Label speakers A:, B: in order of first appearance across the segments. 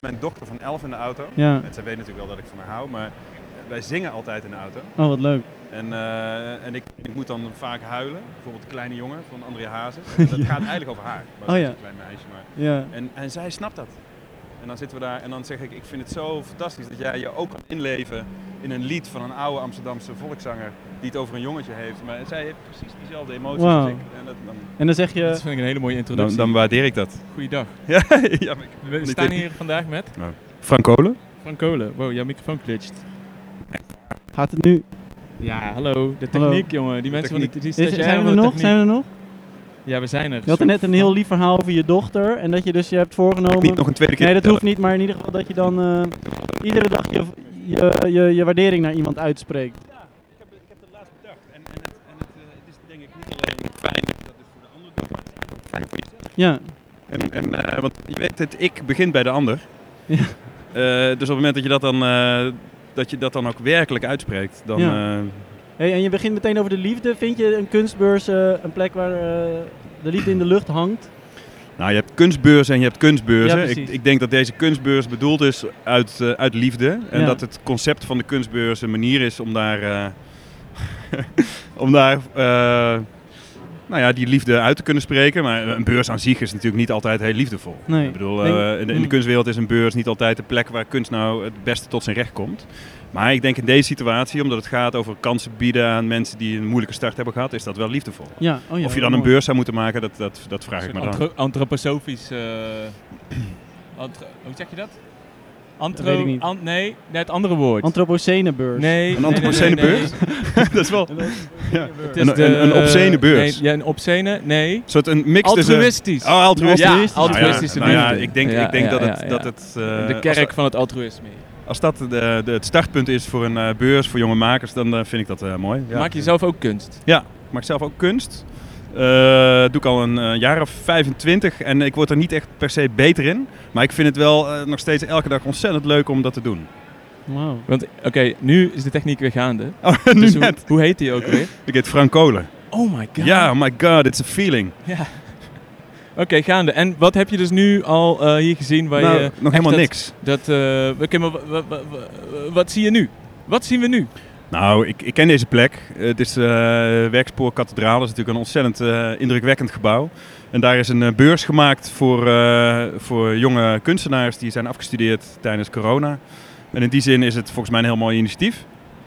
A: mijn dochter van 11 in de auto.
B: Ja.
A: En zij weet natuurlijk wel dat ik van haar hou, maar wij zingen altijd in de auto.
B: Oh, wat leuk.
A: En, eh, en ik, ik moet dan vaak huilen. Bijvoorbeeld de kleine jongen van André Hazes. En dat gaat eigenlijk over haar. Maar dat
B: Oh
A: is
B: ja.
A: een klein meisje. Maar...
B: Ja.
A: En, en zij snapt dat. En dan zitten we daar en dan zeg ik, ik vind het zo fantastisch dat jij je ook kan inleven in een lied van een oude Amsterdamse volkszanger die het over een jongetje heeft. Maar zij heeft precies diezelfde emoties
B: Wauw.
A: als ik. En dat, dan,
B: En dan zeg
C: Dat
B: je...
C: vind ik een hele mooie introductie.
A: waardeer ik dat.
C: Goeiedag.
A: ja, ja, maar ik-
C: We staan hier vandaag met
A: Frank Kolen?
C: Frank Kolen. Wow, jouw microfoon glitcht.
B: Gaat het nu?
C: Ja, hallo. De
B: Hallo.
C: techniek, jongen. Die mensen van die, die
B: Is,
C: stagiaire
B: zijn we
C: van
B: er
C: de
B: nog?
C: techniek.
B: Zijn we er nog?
C: Ja, we zijn er.
B: Je had er net een heel lief verhaal over je dochter. En dat je dus je hebt voorgenomen...
A: een tweede
B: Nee, dat hoeft niet. Maar in ieder geval dat je dan eh, iedere dag je, je, je, je waardering naar iemand uitspreekt.
A: Ja, ik heb, ik heb het laatst bedacht. En, en, het, en het, eh, het is denk ik niet alleen fijn dat het voor de ander doet, maar het is ook fijn voor jezelf.
B: Ja.
A: En, en, eh, want je weet, het ik begint bij de ander.
B: Ja.
A: Eh, dus op het moment dat je dat dan, eh, dat je dat dan ook werkelijk uitspreekt, dan...
B: Ja.
A: eh,
B: Hey, en je begint meteen over de liefde. Vind je een kunstbeurs eh, een plek waar eh, de liefde in de lucht hangt?
A: nou, je hebt kunstbeurzen en je hebt kunstbeurzen.
B: Ja, precies.
A: ik, ik denk dat deze kunstbeurs bedoeld is uit, eh, uit liefde. En
B: Ja.
A: dat het concept van de kunstbeurs een manier is om daar... eh, om daar... eh, nou ja, die liefde uit te kunnen spreken. Maar een beurs aan zich is natuurlijk niet altijd heel liefdevol.
B: Nee.
A: Ik bedoel,
B: Denk-
A: eh, in, de, in de
B: Hmm.
A: kunstwereld is een beurs niet altijd de plek waar kunst nou het beste tot zijn recht komt. Maar ik denk in deze situatie, omdat het gaat over kansen bieden aan mensen die een moeilijke start hebben gehad, is dat wel liefdevol.
B: Ja. Oh, ja
A: of je dan een
B: mooi.
A: beurs zou moeten maken, dat, dat, dat vraag ik me dan.
C: Antro- antroposofisch. eh, antro- hoe zeg je dat? Antro
B: weet ik niet.
C: an- nee, net het andere woord.
B: Antropocene beurs.
C: nee,
A: Een
C: nee, nee,
A: antropocene
C: nee, nee.
A: beurs? dat is wel Ja.
C: Het
A: Een- een- een obscene beurs.
C: Nee, ja, een obscene, nee.
A: een soort een mix tussen...
C: Altruïstisch.
A: Oh, altruïstisch.
C: Ja,
A: Nou ja,
C: altruïstische
A: nou ja,
C: liefde.
A: ik denk,
C: Ja,
A: ik denk
C: ja,
A: dat het...
C: ja, ja.
A: Dat het eh,
C: de
A: als-
C: kerk van het altruïsme.
A: Als, dat de, de- het startpunt is voor een eh, beurs voor jonge makers, dan eh, vind ik dat eh, mooi. Ja.
C: Maak je zelf ook kunst?
A: Ik maak zelf ook kunst. Eh, doe ik al een eh, jaar of 25 en ik word er niet echt per se beter in. Maar ik vind het wel eh, nog steeds elke dag ontzettend leuk om dat te doen.
B: Wauw.
C: Want oké, nu is de techniek weer gaande.
A: Oh, nu
C: Dus hoe,
A: net.
C: hoe heet die ook weer?
A: Ik heet Frank Kolen.
C: Oh my god.
A: Ja, my god, it's a feeling.
C: Ja. Oké, gaande. En wat heb je dus nu al eh, hier gezien waar
A: Nou,
C: je...
A: nog
C: echt
A: helemaal
C: dat-
A: niks.
C: Dat, eh, oké, maar wa- wa- wa- wa- wat zie je nu? Wat zien we nu?
A: Nou, ik, ik ken deze plek. Eh, Het is eh, Werkspoor Kathedraal. Dat is natuurlijk een ontzettend eh, indrukwekkend gebouw. En daar is een eh, beurs gemaakt voor, eh, voor jonge kunstenaars die zijn afgestudeerd tijdens corona. En in die zin is het volgens mij een heel mooi initiatief.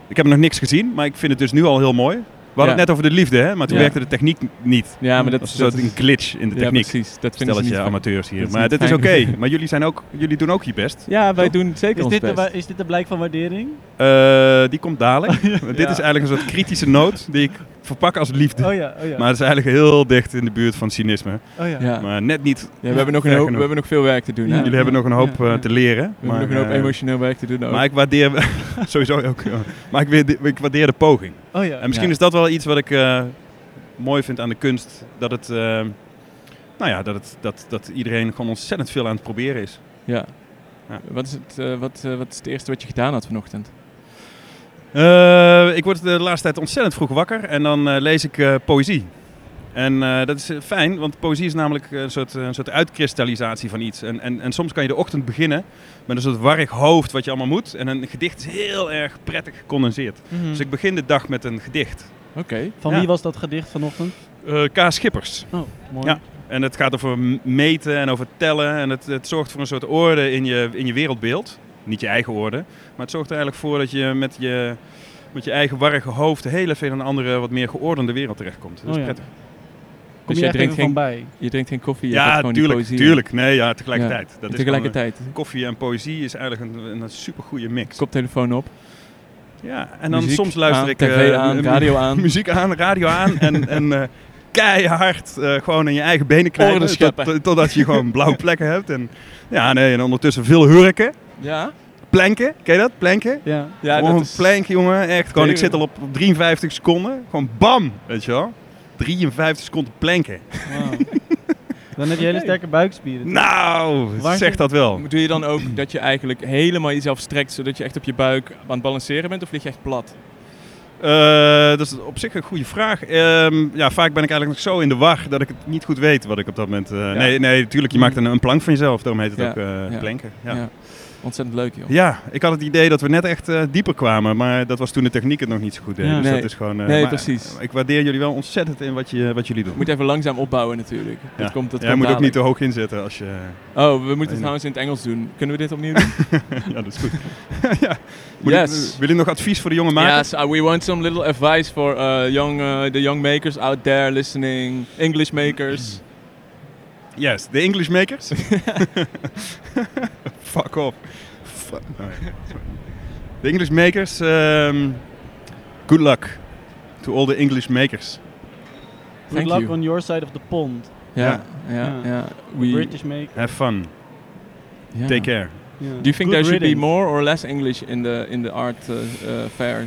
A: Ik heb nog niks gezien, maar ik vind het dus nu al heel mooi. We hadden
C: Ja.
A: het net over de liefde, hè? maar toen
C: Ja.
A: werkte de techniek niet.
C: Ja, maar dat,
A: Dat is
C: dat
A: een soort glitch in de
C: Ja,
A: techniek.
C: precies. Dat vinden ze niet
A: Stelletje
C: fijn.
A: amateurs hier.
C: Dat is
A: maar
C: niet
A: dat is oké.
C: fijn.
A: Maar jullie, zijn ook, jullie doen ook je best.
C: Ja, wij doen zeker
B: Is
C: ons
B: dit, de,
C: best.
B: wa- is dit een blijk van waardering?
A: Eh, die komt dadelijk. Dit
C: Ja.
A: is eigenlijk een soort kritische noot die ik verpak als liefde.
B: Oh ja, oh ja.
A: Maar het is eigenlijk heel dicht in de buurt van cynisme.
B: oh ja.
C: ja.
A: Maar net niet.
C: Ja, we, hebben nog een
A: Ver
C: hoop, we
A: genoeg.
C: hebben nog veel werk te doen.
B: Ja.
C: hè?
A: Jullie hebben nog een hoop
B: ja,
A: eh,
B: ja.
A: te leren.
C: We hebben nog een hoop
A: eh,
C: emotioneel werk te doen ook.
A: Maar ik waardeer. sowieso ook. ja. Maar ik waardeer, ik waardeer de poging.
B: Oh ja.
A: En misschien
C: Ja.
A: is dat wel iets wat ik eh, mooi vind aan de kunst. Dat het. eh, nou ja, dat, het, dat, dat iedereen gewoon ontzettend veel aan het proberen is.
C: ja.
A: Ja.
C: Wat, is het, eh, wat, eh, wat is het eerste wat je gedaan had vanochtend?
A: Eh, ik word de laatste tijd ontzettend vroeg wakker en dan eh, lees ik eh, poëzie. En eh, dat is eh, fijn, want poëzie is namelijk eh, een soort, eh, een soort uitkristallisatie van iets. En, en, en soms kan je de ochtend beginnen met een soort warrig hoofd wat je allemaal moet. En een gedicht is heel erg prettig gecondenseerd.
B: Mhm.
A: Dus ik begin de dag met een gedicht.
C: Oké.
B: Van
A: Ja.
B: wie was dat gedicht vanochtend?
A: Eh, K. Schippers.
B: Oh, mooi.
A: Ja. En het gaat over m- meten en over tellen. En het, het zorgt voor een soort orde in je, in je wereldbeeld. Niet je eigen orde. Maar het zorgt er eigenlijk voor dat je met je, met je eigen warrige hoofd heel even in een andere, wat meer geordende wereld terechtkomt. Dat is
B: Oh ja.
A: prettig.
B: Kom je
C: Dus jij
B: echt
C: drinkt
B: even
C: geen,
B: van bij?
C: je drinkt geen koffie? je hebt
A: Ja,
C: gewoon die
A: tuurlijk.
C: poëzie.
A: Tuurlijk. Nee, ja, tegelijkertijd. Dat is
C: Tegelijkertijd.
A: gewoon, eh, koffie en poëzie is eigenlijk een, een supergoeie mix.
C: Koptelefoon op.
A: Ja, en dan
C: muziek
A: soms luister
C: aan,
A: ik
C: TV
A: eh,
C: aan,
A: mu-
C: radio aan.
A: muziek aan, radio aan en, en eh, keihard eh, gewoon in je eigen benen
C: Orde
A: knijpen.
C: scheppen.
A: tot- totdat je gewoon blauwe plekken hebt. En, ja, nee, en ondertussen veel hurken.
C: Ja?
A: Planken, ken je dat? Planken?
B: Ja.
C: Ja,
A: gewoon
C: dat
A: een
C: is...
A: plank, jongen. Echt, gewoon, ik
C: Nee,
A: zit al op 53 seconden. Gewoon bam, weet je wel. 53 seconden planken.
B: Wauw. dan heb je hele
C: Oké.
B: sterke buikspieren.
A: Nou,
B: Waar
A: zeg
B: zit-
A: dat wel.
C: Doe je dan ook dat je eigenlijk helemaal jezelf strekt, zodat je echt op je buik aan het balanceren bent, of lig je echt plat?
A: Eh, Eh, dat is op zich een goede vraag. Ehm, ja, vaak ben ik eigenlijk nog zo in de war dat ik het niet goed weet wat ik op dat moment... eh, Nee, nee, natuurlijk, je maakt een, een plank van jezelf. Daarom heet het
C: Ja,
A: ook eh
C: ja.
A: planken. Ja.
C: Ja. Ontzettend leuk, joh.
A: Ja, ik had het idee dat we net echt eh, dieper kwamen, maar dat was toen de techniek het nog niet zo goed deed.
B: Ja.
A: Dus
C: Nee.
A: dat is gewoon, eh,
C: Nee,
A: maar
C: precies.
A: Ik waardeer jullie wel ontzettend in wat, je, wat jullie doen.
C: Je moet even langzaam opbouwen natuurlijk. Dat komt, dat
A: Jij
C: komt
A: moet ook niet te
C: dadelijk.
A: hoog inzetten als je...
C: Oh, we moeten
A: Nee.
C: het trouwens in het Engels doen. Kunnen we dit opnieuw doen?
A: ja, dat is goed. ja. Moet ik-
C: Yes.
A: wil je nog advies voor de jonge makers?
C: yes, uh, we want some little advice for uh, young, uh, the young makers out there listening. English makers.
A: Yes, de English makers. Fuck off. Fuck. Oh, ja. De English makers. ehm, good luck to all the English makers.
B: Good
C: Thank
B: luck
C: you.
B: on your side of the pond.
C: Ja, ja,
B: Ja.
C: ja.
B: We
C: We,
B: British make.
A: Have fun.
C: yeah.
A: Take care.
B: Yeah.
C: Do you think
B: Good
C: there should be
B: riddance.
C: more or less English in the in the art uh, uh, fair?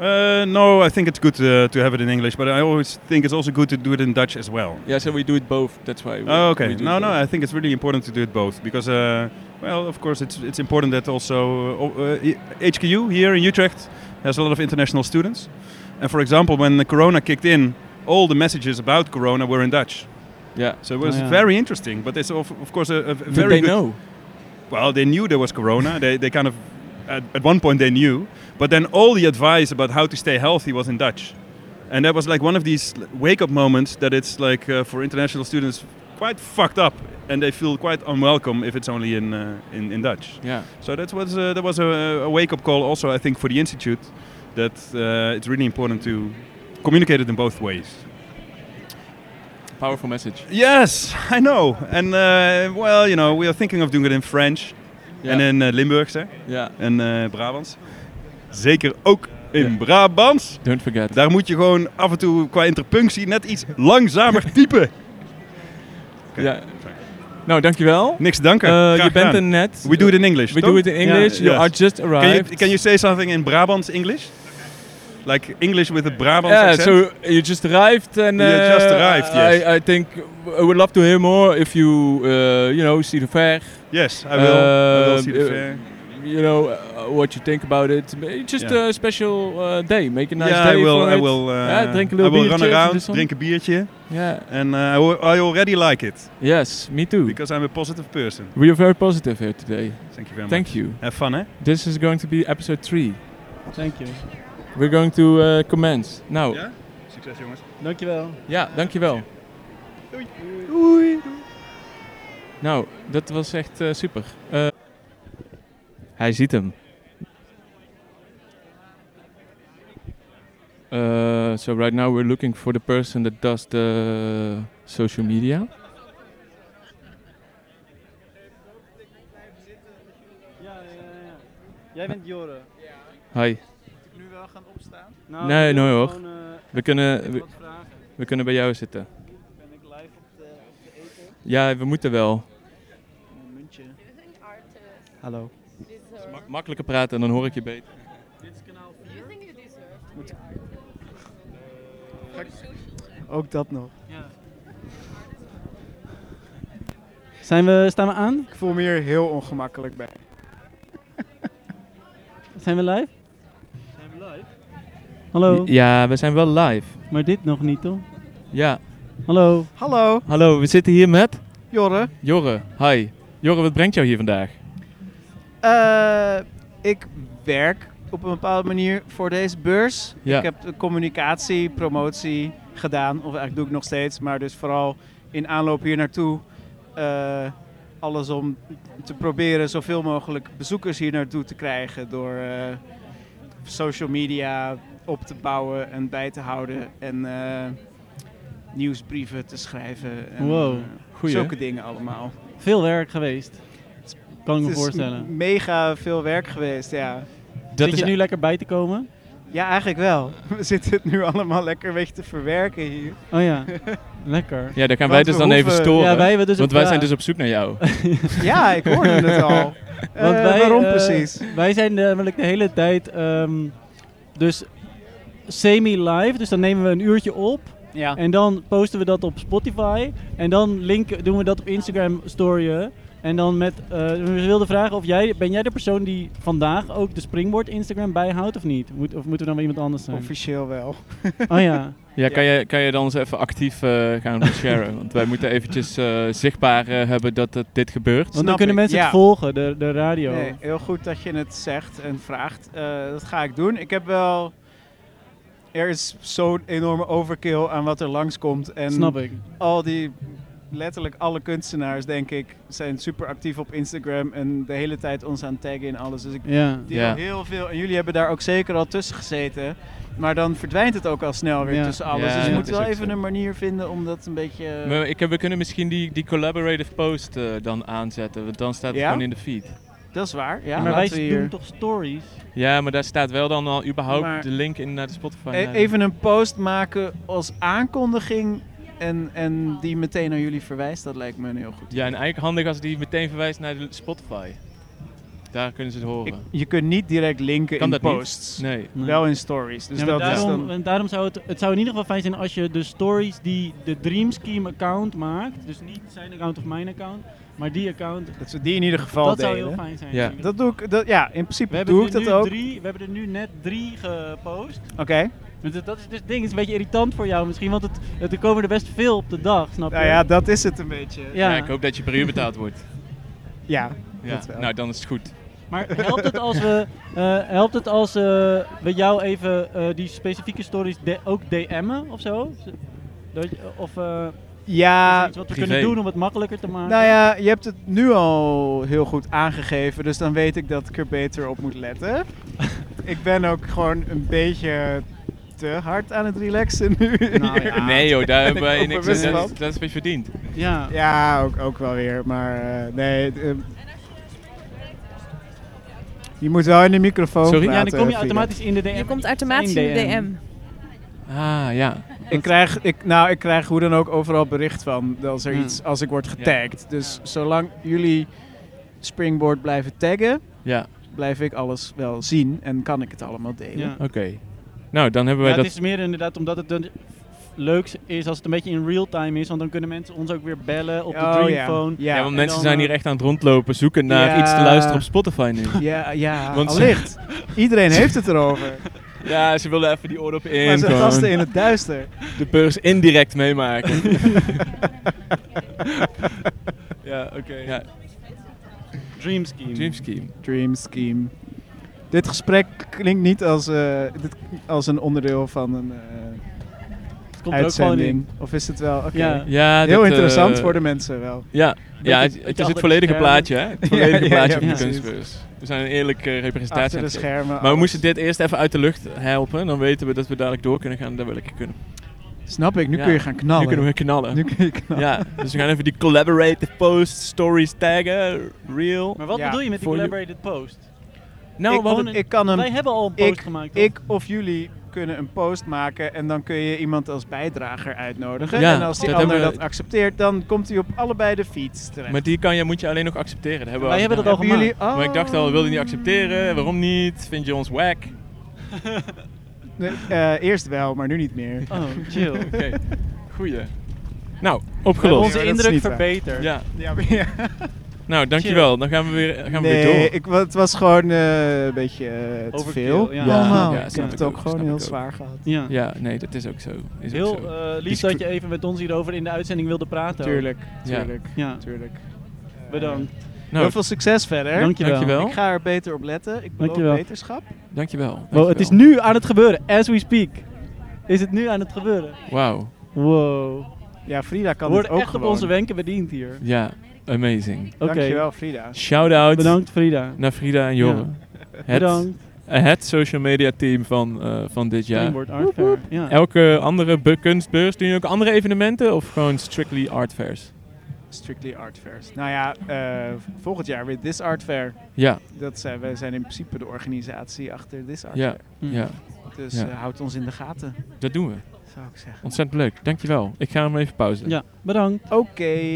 A: Uh, no, I think it's good uh, to have it in English, but I always think it's also good to do it in Dutch as well.
C: Yeah, so we do it both. That's why. We,
A: Oh, okay.
C: we do
A: No,
C: it
A: no.
C: both.
A: I think it's really important to do it both because, uh, well, of course, it's it's important that also uh, o- uh, I- HKU here in Utrecht has a lot of international students, and for example, when the Corona kicked in, all the messages about Corona were in Dutch,
C: Yeah.
A: so it was
B: Oh, yeah.
A: very interesting. But it's of, of course a, a v-
C: Did
A: very
C: they
A: good.
C: know?
A: Well, they knew there was Corona. they they kind of at, at one point they knew, but then all the advice about how to stay healthy was in Dutch, and that was like one of these wake up moments that it's like uh, for international students quite fucked up, and they feel quite unwelcome if it's only in uh, in, in Dutch.
C: Yeah.
A: So that was uh, that was a, a wake up call also I think for the institute that uh, it's really important to communicate it in both ways.
C: Powerful message.
A: Yes, I know, and uh, well, you know, we are thinking of doing it in French
C: Yeah.
A: and in uh, Limburgse.
C: yeah.
A: en eh Brabants. Zeker ook in Brabants.
C: Don't forget.
A: Daar moet je gewoon af en toe qua interpunctie net iets langzamer typen.
C: Ja. Nou, dankjewel.
A: Niks te danken.
C: Eh,
A: Graag
C: je bent
A: gedaan.
C: er net.
A: We do it in English.
C: We
A: toch?
C: do it in English.
A: Ja.
C: You
A: Yes.
C: are just arrived.
A: Can you, can you say something in Brabants English? Like English with a Brabants
C: yeah,
A: accent?
C: so you just arrived, and
A: You
C: uh,
A: just arrived, yes.
C: I, I think I would love to hear more if you, uh, you know, see the fair.
A: Yes, I will. I will
C: Um,
A: see the
C: uh,
A: fair.
C: You know uh, what you think about it. Ma- It's Just
A: Yeah.
C: a special uh, day. Make a nice
A: yeah,
C: day
A: I will.
C: for
A: I
C: it.
A: will. Uh,
C: Ja, drink een little
A: I will run
C: biertje,
A: around,
C: dus dan-
A: drink een biertje,
C: Yeah.
A: and uh, I al- I already like it
C: Yes, me too.
A: because I'm a positive person.
C: We are very positive here today.
A: Thank you very much.
C: Thank you.
A: Have fun, hè?
C: This is going to be episode three.
B: Thank you.
C: We're going to uh, commence. Nou,
A: Ja? Succes, jongens.
B: Dankjewel.
C: ja, dankjewel.
A: Doei.
C: Nou, dat was echt eh, super. Eh, hij ziet hem. Eh, so right now we're looking for the person that does the social media.
B: Ja, ja, ja. Jij bent Joren.
C: Hi,
D: nu wel gaan opstaan?
B: Nou,
C: Nee,
B: ik wil
C: nee, hoor.
B: gewoon, eh,
C: we kunnen, we,
D: Wat vragen?
C: we kunnen bij jou zitten.
D: Ben ik live op de, op de eten?
C: Ja, we moeten wel.
D: Een muntje. Hallo.
C: Mak- makkelijker praten en dan hoor ik je beter.
D: Dit is kanaal 4.
E: Ook dat nog.
B: Zijn we, staan we aan?
E: Ik voel me hier heel ongemakkelijk bij.
B: Zijn we live? Hallo.
C: Ja, we zijn wel live.
B: Maar dit nog niet, toch?
C: Ja,
B: Hallo.
E: Hallo,
C: hallo, we zitten hier met
E: Jorre.
C: Jorre. Hi. Jorre, wat brengt jou hier vandaag?
E: Eh, ik werk op een bepaalde manier voor deze beurs.
C: Ja.
E: Ik heb de communicatie, promotie gedaan. Of eigenlijk doe ik nog steeds. Maar dus vooral in aanloop hier naartoe. eh, alles om te proberen zoveel mogelijk bezoekers hier naartoe te krijgen. Door eh, social media op te bouwen en bij te houden. En eh, nieuwsbrieven te schrijven. En,
B: Wow.
E: eh,
C: Goeie. hè?
E: Zulke dingen allemaal.
B: Veel werk geweest. Kan ik me
E: Het is
B: voorstellen.
E: m- mega veel werk geweest, ja.
C: Dat
B: Zit
C: is
B: je nu lekker bij te komen?
E: Ja, eigenlijk wel. We zitten het nu allemaal lekker een beetje te verwerken hier.
B: Oh ja, lekker.
C: Ja, daar gaan
E: Want
C: wij
E: we
C: dus dan even
E: hoeven-
C: storen.
B: Ja, wij hebben dus
C: want
B: een
C: wij
B: vraag.
C: zijn dus op zoek naar jou.
E: Ja, ik hoorde het al. Eh,
B: Want wij,
E: waarom
B: eh,
E: precies?
B: Wij zijn namelijk de hele tijd ehm, dus semi-live. Dus dan nemen we een uurtje op.
E: Ja.
B: En dan posten we dat op Spotify. En dan link, doen we dat op Instagram storyen. En dan met, eh, we wilden vragen of jij, ben jij de persoon die vandaag ook de Springboard Instagram bijhoudt of niet? Moet, of moeten we dan weer iemand anders zijn?
E: Officieel wel.
B: Oh ja.
C: Ja, kan je, kan je dan eens even actief eh, gaan sharen? Want wij moeten eventjes eh, zichtbaar eh, hebben dat, dat dit gebeurt.
B: Want
E: Snap
B: dan kunnen
E: ik,
B: mensen het
E: ja.
B: volgen, de, de radio.
E: Nee, heel goed dat je het zegt en vraagt. Eh, dat ga ik doen. Ik heb wel... Er is zo'n enorme overkill aan wat er langskomt. En
B: Snap ik.
E: al die... Letterlijk alle kunstenaars, denk ik, zijn super actief op Instagram. En de hele tijd ons aan het taggen in alles. Dus ik
B: Ja.
E: deel
C: Ja.
E: heel veel. En jullie hebben daar ook zeker al tussen gezeten. Maar dan verdwijnt het ook al snel weer
B: Ja.
E: tussen alles.
C: Ja,
E: dus je
B: ja.
E: moet
C: is
E: wel
C: ook
E: even
C: zo.
E: een manier vinden om dat een beetje...
C: Maar ik heb, we kunnen misschien die, die collaborative post eh, dan aanzetten. Want dan staat het
E: Ja?
C: gewoon in de feed.
E: Dat is waar, ja.
B: maar wij
E: laten we
B: doen
E: hier...
B: toch stories?
C: Ja, maar daar staat wel dan al überhaupt
E: Maar-
C: de link in naar de Spotify.
E: E-
B: eh,
C: naar de-
E: even een post maken als aankondiging en, en die meteen naar jullie verwijst, dat lijkt me een heel goed.
C: Ja, en eigenlijk handig als die meteen verwijst naar de Spotify. Daar kunnen ze het horen.
E: Ik- je kunt niet direct linken
C: Kan
E: in
C: dat niet?
E: posts,
C: Nee.
B: Nee.
E: wel in stories. Dus
B: Ja, maar
E: dat is
B: daarom,
E: dan...
B: en daarom zou het, het zou in ieder geval fijn zijn als je de stories die de Dream Scheme account maakt, dus niet zijn account of mijn account, maar die account,
E: Dat ze die in ieder geval
B: dat zou
E: delen.
B: heel fijn zijn.
C: Ja.
B: natuurlijk.
E: Dat doe ik, dat, ja, in
B: we,
E: principe
B: hebben
E: doe
B: er
E: ik dat
B: nu
E: ook.
B: Drie, we hebben er nu net drie gepost.
E: Oké,
B: Dus dat- dat is dus het ding, het is een beetje irritant voor jou misschien, want het, het, er komen er best veel op de dag, snap je?
E: nou ja, dat is het een beetje.
B: Ja.
C: Ja, ik hoop dat je per uur betaald wordt.
E: Ja,
C: Ja.
E: dat wel.
C: Nou, dan is het goed.
B: Maar helpt het als we, eh, helpt het als, eh, we jou even eh, die specifieke stories de- ook DM'en of zo? Dat je- of eh,
E: ja
B: iets wat we
C: privé.
B: kunnen doen om het makkelijker te maken?
E: nou ja, je hebt het nu al heel goed aangegeven, dus dan weet ik dat ik er beter op moet letten. ik ben ook gewoon een beetje te hard aan het relaxen nu.
B: Nou ja.
C: Nee joh, daar hebben wij
E: Ik
C: niks aan.
E: overwin het
C: Dat,
E: wel.
C: is- dat is wat je verdient.
B: Ja.
E: Ja, ook, ook wel weer. Maar eh, nee. eh, je moet wel in de microfoon
C: Sorry?
E: praten,
B: Ja, dan kom je
E: Philip.
B: automatisch in de DM.
F: Je komt automatisch in de DM.
C: Ah, ja.
E: Ik krijg, ik, nou, ik krijg hoe dan ook overal bericht van als, er
B: Hmm.
E: iets, als ik word getagd. Dus zolang jullie Springboard blijven taggen,
C: Ja,
E: blijf ik alles wel zien en kan ik het allemaal delen.
B: Ja.
C: oké. Nou, dan hebben
B: Ja,
C: wij
B: het
C: dat...
B: is meer inderdaad omdat het dan leuks is als het een beetje in real time is, want dan kunnen mensen ons ook weer bellen op de
E: Oh, ja.
B: Dreamphone.
E: Ja,
C: Ja,
E: ja.
C: want
B: en
C: mensen
B: dan,
C: zijn
B: eh,
C: hier echt aan het rondlopen, zoeken naar
E: Ja.
C: iets te luisteren op Spotify nu.
E: Ja,
C: Want ze-
E: allicht. Iedereen heeft het erover.
C: ja, ze willen even die oorlog in.
E: Maar ze
C: gewoon
E: gasten in het duister.
C: De beurs indirect meemaken. ja, oké. Ja,
B: Dream Scheme.
C: Dream Scheme.
E: Dream Scheme. Dit gesprek klinkt niet als, eh, dit, als een onderdeel van een eh,
B: Het komt er ook gewoon in.
E: uitzending. Of is het wel? Oké.
B: Ja.
C: Ja,
E: Heel
C: dat,
E: interessant
C: eh,
E: voor de mensen wel.
C: Ja, ja het,
B: het
C: het is
B: achter
C: het
B: de
C: volledige
B: schermen.
C: plaatje, hè? Het volledige
E: ja,
C: plaatje
E: ja,
C: van de
B: precies.
C: kunstbeurs. We zijn een eerlijke representatie
E: Achter
C: aan
E: de
C: het geven.
E: schermen.
C: Maar we
E: alles.
C: moesten dit eerst even uit de lucht helpen. Dan weten we dat we dadelijk door kunnen gaan naar welke kunnen.
E: Snap ik, nu
C: Ja.
E: kun je gaan knallen.
C: Nu kunnen we knallen.
E: Nu kun je knallen.
C: Ja, dus we gaan even die collaborative post, stories taggen, real.
B: Maar wat
E: Ja,
B: bedoel je met die
C: voor je-
B: collaborated post?
C: Nou,
E: ik,
C: we hadden-
B: een-
E: ik kan
B: Wij
E: hem,
B: hebben al een post
E: ik,
B: gemaakt. toch?
E: ik of jullie kunnen een post maken en dan kun je iemand als bijdrager uitnodigen.
C: Ja,
E: en als die
C: dat
E: ander
C: hebben
E: dat
C: we-
E: accepteert, dan komt hij op allebei de fiets terecht.
C: maar die kan je, moet je alleen nog accepteren. Dat hebben we
B: Wij hebben dat
C: gedaan.
B: al
E: Hebben jullie, oh,
C: Maar ik dacht al, wilde je niet accepteren? Waarom niet? Vind je ons whack?
E: nee, eh, eerst wel, maar nu niet meer.
B: Oh, chill.
C: Oké, goeie. Nou,
B: We hebben
C: opgelost.
B: onze
E: dat is
B: indruk
E: niet waar.
B: verbeterd.
C: Ja,
E: Ja, maar ja.
C: nou dankjewel. Dan gaan we weer, gaan we
E: nee,
C: weer door.
E: Ik, wa- het was gewoon eh, een beetje eh, te
B: Overkill,
E: veel.
B: ja.
E: Ja, allemaal.
C: Ja,
E: ik
C: snap
E: heb
C: ik
E: het ook
C: ook,
E: gewoon
C: snap
E: heel
C: ik ook.
E: zwaar gehad.
B: Ja.
C: Ja, nee, dat is ook zo. Is ook
B: Heel
C: zo.
B: eh, lief dat je even met ons hierover in de uitzending wilde praten. ook.
E: Tuurlijk,
C: Ja.
E: tuurlijk,
B: Ja,
E: tuurlijk. Eh,
B: bedankt.
C: Nou,
E: heel veel succes verder.
B: Dankjewel.
C: dankjewel.
E: Ik ga er beter op letten. Ik beloof
B: Dankjewel.
E: wetenschap.
C: Dankjewel.
B: Wow,
C: dankjewel.
B: het is nu aan het gebeuren. As we speak. Is het nu aan het gebeuren?
C: Wauw.
B: Wow.
E: Ja, Frida
B: We
E: kan het
B: worden
E: ook
B: echt
E: gewoon.
B: op onze wenken bediend hier.
C: Ja, amazing.
B: Oké.
E: Dankjewel, Frida.
C: Shout-out
B: Bedankt Frida.
C: naar Frida en Jorre. Het,
B: Bedankt.
C: het social media team van, eh, van dit jaar.
B: Springboard Art Fair. Ja.
C: Elke andere be- kunstbeurs, doen jullie ook andere evenementen of gewoon strictly art fairs?
E: Strictly Art Fairs. Nou ja, eh, volgend jaar weer This Art Fair.
C: Ja,
E: Dat zijn, wij zijn in principe de organisatie achter This Art
C: ja,
B: Hm.
C: ja.
E: Fair. Dus
C: Ja.
E: eh, houd ons in de gaten,
C: Dat doen we.
E: zou ik zeggen.
C: Ontzettend leuk. Dankjewel. Ik ga hem even pauzen.
B: ja, bedankt.
E: Oké.